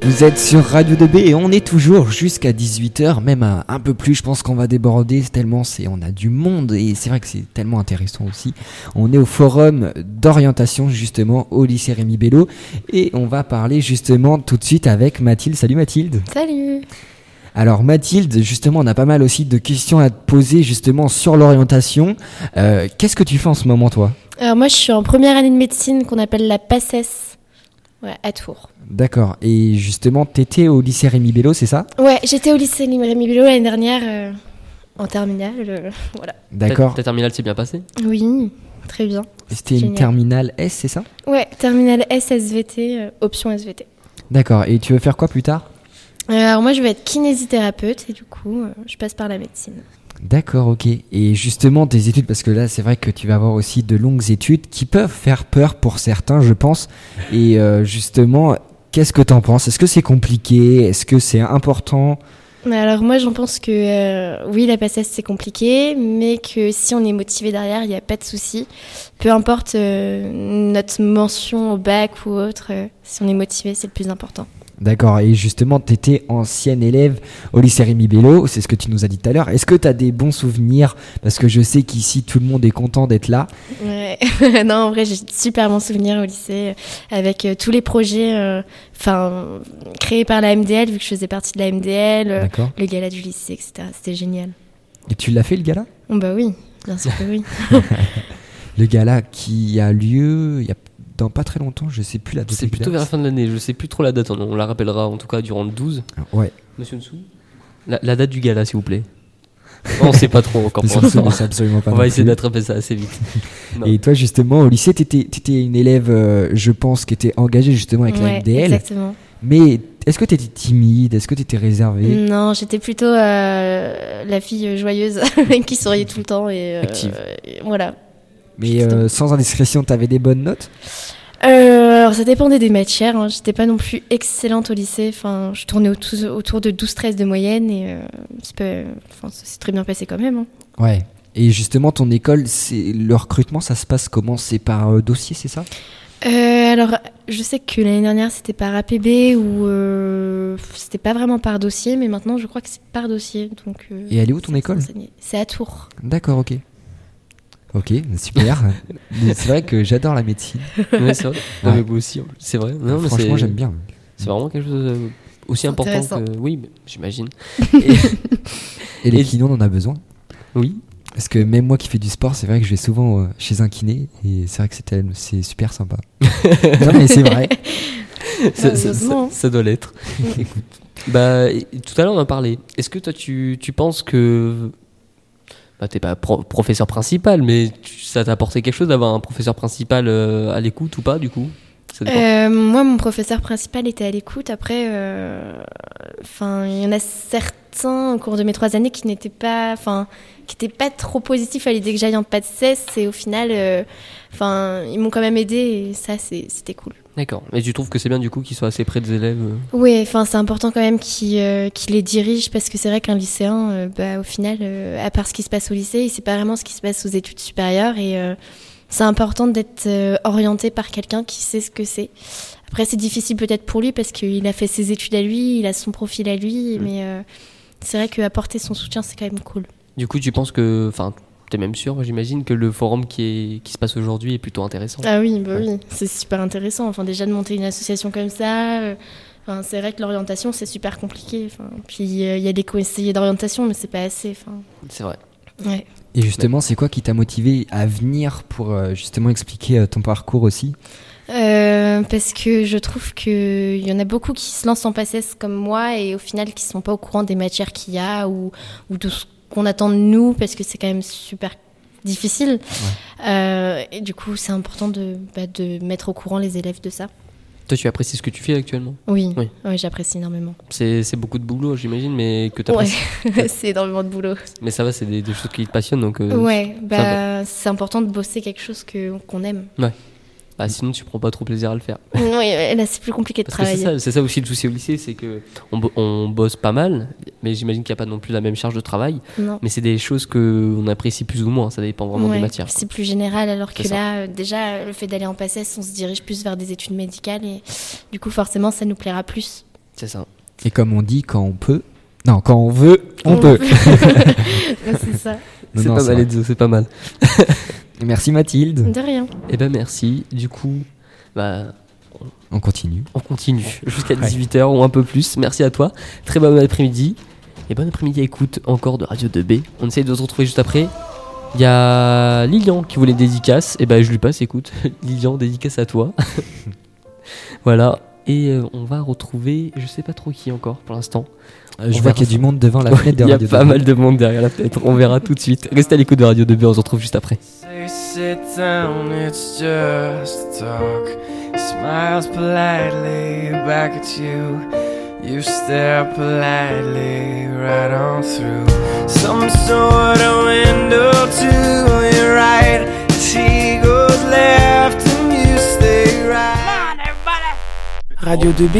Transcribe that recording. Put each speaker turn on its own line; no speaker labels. Vous êtes sur Radio 2B et on est toujours jusqu'à 18h, même à un peu plus, je pense qu'on va déborder tellement c'est on a du monde et c'est vrai que c'est tellement intéressant aussi. On est au forum d'orientation justement au lycée Rémi Bello et on va parler justement tout de suite avec Mathilde. Salut Mathilde.
Salut
Alors Mathilde, justement on a pas mal aussi de questions à te poser justement sur l'orientation. Euh, Qu'est-ce que tu fais en ce moment toi
Alors moi je suis en première année de médecine qu'on appelle la PACES ouais, à Tours.
D'accord. Et justement, t'étais au lycée Rémi Bello, c'est ça
Ouais, j'étais au lycée Rémi Bello l'année dernière euh, en terminale. euh, voilà.
D'accord.
Ta ta terminale s'est bien passée
Oui, très bien.
C'était une
Génial.
terminale S, c'est ça
Ouais, terminale SSVT, euh, option SVT.
D'accord. Et tu veux faire quoi plus tard
Euh, Alors moi je vais être kinésithérapeute et du coup euh, je passe par la médecine.
D'accord, ok. Et justement, tes études, parce que là, c'est vrai que tu vas avoir aussi de longues études qui peuvent faire peur pour certains, je pense. Et euh, justement, qu'est-ce que t'en penses Est-ce que c'est compliqué Est-ce que c'est important
Mais Alors moi j'en pense que euh, oui la PACES c'est compliqué mais que si on est motivé derrière il n'y a pas de souci. Peu importe euh, notre mention au bac ou autre, euh, si on est motivé c'est le plus important.
D'accord. Et justement, t'étais ancienne élève au lycée Rémi Bello, c'est ce que tu nous as dit tout à l'heure. Est-ce que t'as des bons souvenirs Parce que je sais qu'ici, tout le monde est content d'être là.
Ouais. non, en vrai, j'ai de super bons souvenirs au lycée euh, avec euh, tous les projets euh, enfin créés par la MDL, vu que je faisais partie de la MDL, euh,
D'accord.
le gala du lycée, etc. C'était génial.
Et tu l'as fait, le gala
Oh, bah oui, bien sûr que oui.
Le gala qui a lieu il y a dans pas très longtemps, je sais plus la date.
C'est plutôt vers la
exacte.
fin de l'année, je sais plus trop la date, on, on la rappellera en tout cas durant le 12.
Ouais.
Monsieur Nsou la, la date du gala, s'il vous plaît. on sait pas trop encore
Parce
pour
que ça,
l'instant.
on sait absolument pas
On
non
va essayer
plus.
d'attraper ça assez vite. Non.
Et toi justement au lycée, t'étais étais une élève, euh, je pense, qui était engagée justement avec la
Ouais,
MDL.
Exactement.
Mais est-ce que t'étais timide Est-ce que t'étais réservée
Non, j'étais plutôt euh, la fille joyeuse qui souriait tout le temps et, euh,
Active.
et voilà.
Mais euh, sans indiscrétion, t'avais des bonnes notes
Euh, alors ça dépendait des matières. Hein. J'étais pas non plus excellente au lycée. Enfin, je tournais autour, autour de 12-13 de moyenne et euh, c'est pas- enfin, ça s'est très bien passé quand même. hein.
Ouais. Et justement, ton école, c'est le recrutement, ça se passe comment C'est par euh, dossier, c'est ça
Euh, alors, je sais que l'année dernière, c'était par APB ou euh, c'était pas vraiment par dossier, mais maintenant, je crois que c'est par dossier. Donc, euh,
Et elle est où ton
ça
école
s'enseignait. C'est à Tours.
D'accord, ok. Ok, super. Mais c'est vrai que j'adore la médecine.
Ouais, c'est vrai. Non,
Ouais.
mais moi aussi, en plus. c'est vrai. Non, mais
Franchement,
c'est-
j'aime bien.
C'est vraiment quelque chose euh, aussi
C'est
important
intéressant.
que. Oui, mais j'imagine.
Et les
Et-
kinés, on en a besoin.
Oui.
Parce que même moi qui fais du sport, c'est vrai que je vais souvent euh, chez un kiné et c'est vrai que c'est tel- c'est super sympa. non mais c'est vrai.
ça, ça-
heureusement.
ça- ça doit l'être. Écoute, bah, et- tout à l'heure on en parlait. Est-ce que toi tu, tu penses que bah, t'es pas pro- professeur principal, mais tu- ça t'a apporté quelque chose d'avoir un professeur principal euh, à l'écoute ou pas du coup Ça dépend.
Euh, moi, mon professeur principal était à l'écoute. Après, euh, enfin, il y en a certains au cours de mes trois années qui n'étaient pas, enfin, qui n'étaient pas trop positifs à l'idée que j'aille en pas de cesse. Et au final, euh, enfin, ils m'ont quand même aidé. Et ça, c'est- c'était cool.
D'accord. Mais tu trouves que c'est bien du coup qu'ils soient assez près des élèves euh
Oui, enfin c'est important quand même qu'il euh, qu'il les dirige parce que c'est vrai qu'un lycéen, euh, bah, au final, euh, à part ce qui se passe au lycée, il sait pas vraiment ce qui se passe aux études supérieures et euh, c'est important d'être euh, orienté par quelqu'un qui sait ce que c'est. Après c'est difficile peut-être pour lui parce qu'il a fait ses études à lui, il a son profil à lui,
Mm.
mais euh, c'est vrai qu'apporter son soutien c'est quand même cool.
Du coup, tu penses que. Enfin, t'es même sûr, j'imagine, que le forum qui, est, qui se passe aujourd'hui est plutôt intéressant.
Ah oui, bah
Ouais.
oui, c'est super intéressant. Enfin, déjà de monter une association comme ça, euh, enfin, c'est vrai que l'orientation c'est super compliqué. Enfin, puis euh, il y a des conseillers d'orientation, mais c'est pas assez. Enfin,
C'est vrai.
ouais.
Et justement, c'est quoi qui t'a motivé à venir pour euh, justement expliquer euh, ton parcours aussi
Euh, parce que je trouve qu'il y en a beaucoup qui se lancent en passesse comme moi et au final qui sont pas au courant des matières qu'il y a ou, ou de ce qu'on attend de nous parce que c'est quand même super difficile. Euh, et du coup, c'est important de, bah, de mettre au courant les élèves de ça.
Toi, tu apprécies ce que tu fais actuellement
Oui,
Oui.
Ouais, j'apprécie énormément.
C'est c'est beaucoup de boulot, j'imagine, mais que
Ouais,
t'apprécies.
c'est énormément de boulot.
Mais ça va, c'est des, des choses qui te passionnent, donc. euh,
ouais,
ça
bah, c'est important de bosser quelque chose que- qu'on aime.
bah, sinon, tu prends pas trop plaisir à le faire.
oui, ouais, là, c'est plus compliqué de
Parce que c'est
travailler.
ça, c'est ça aussi le souci au lycée, c'est que on, bo- on bosse pas mal, mais j'imagine qu'il n'y a pas non plus la même charge de travail.
Non.
Mais c'est des choses que on apprécie plus ou moins, ça dépend vraiment
Ouais,
des matières.
C'est plus général, alors que
C'est ça.
là, euh, déjà, euh, le fait d'aller en PACES, on se dirige plus vers des études médicales et du coup, forcément, ça nous plaira plus.
C'est ça.
Et comme on dit, quand on peut. Non, quand on veut, on,
On
peut.
Ouais, c'est ça.
Non,
C'est
non,
pas
c'est
mal,
vrai.
Enzo, c'est pas mal.
Merci Mathilde.
De rien.
Eh ben merci. Du coup, bah,
On continue.
on continue jusqu'à
Ouais.
18h ou un peu plus. Merci à toi. Très bon après-midi. Et bon après-midi à écoute encore de Radio 2B. On essaye de se retrouver juste après. Il y a Lilian qui voulait dédicace. Et ben je lui passe, écoute. Lilian, dédicace à toi. voilà. Et euh, on va retrouver, je sais pas trop qui encore pour l'instant.
Euh, je
On
vois
verra
qu'il y a
ça.
du monde devant la
Ouais,
fenêtre de
Il y a
Radio
pas
Delta.
mal de monde derrière la fenêtre. On verra tout de suite. Restez à l'écoute de Radio 2B. On se retrouve juste après.
They sit down, it's just talk. Smiles politely back at you. You stare politely right on through some sort of window to your right. As he goes left and you stay right.
Radio 2B,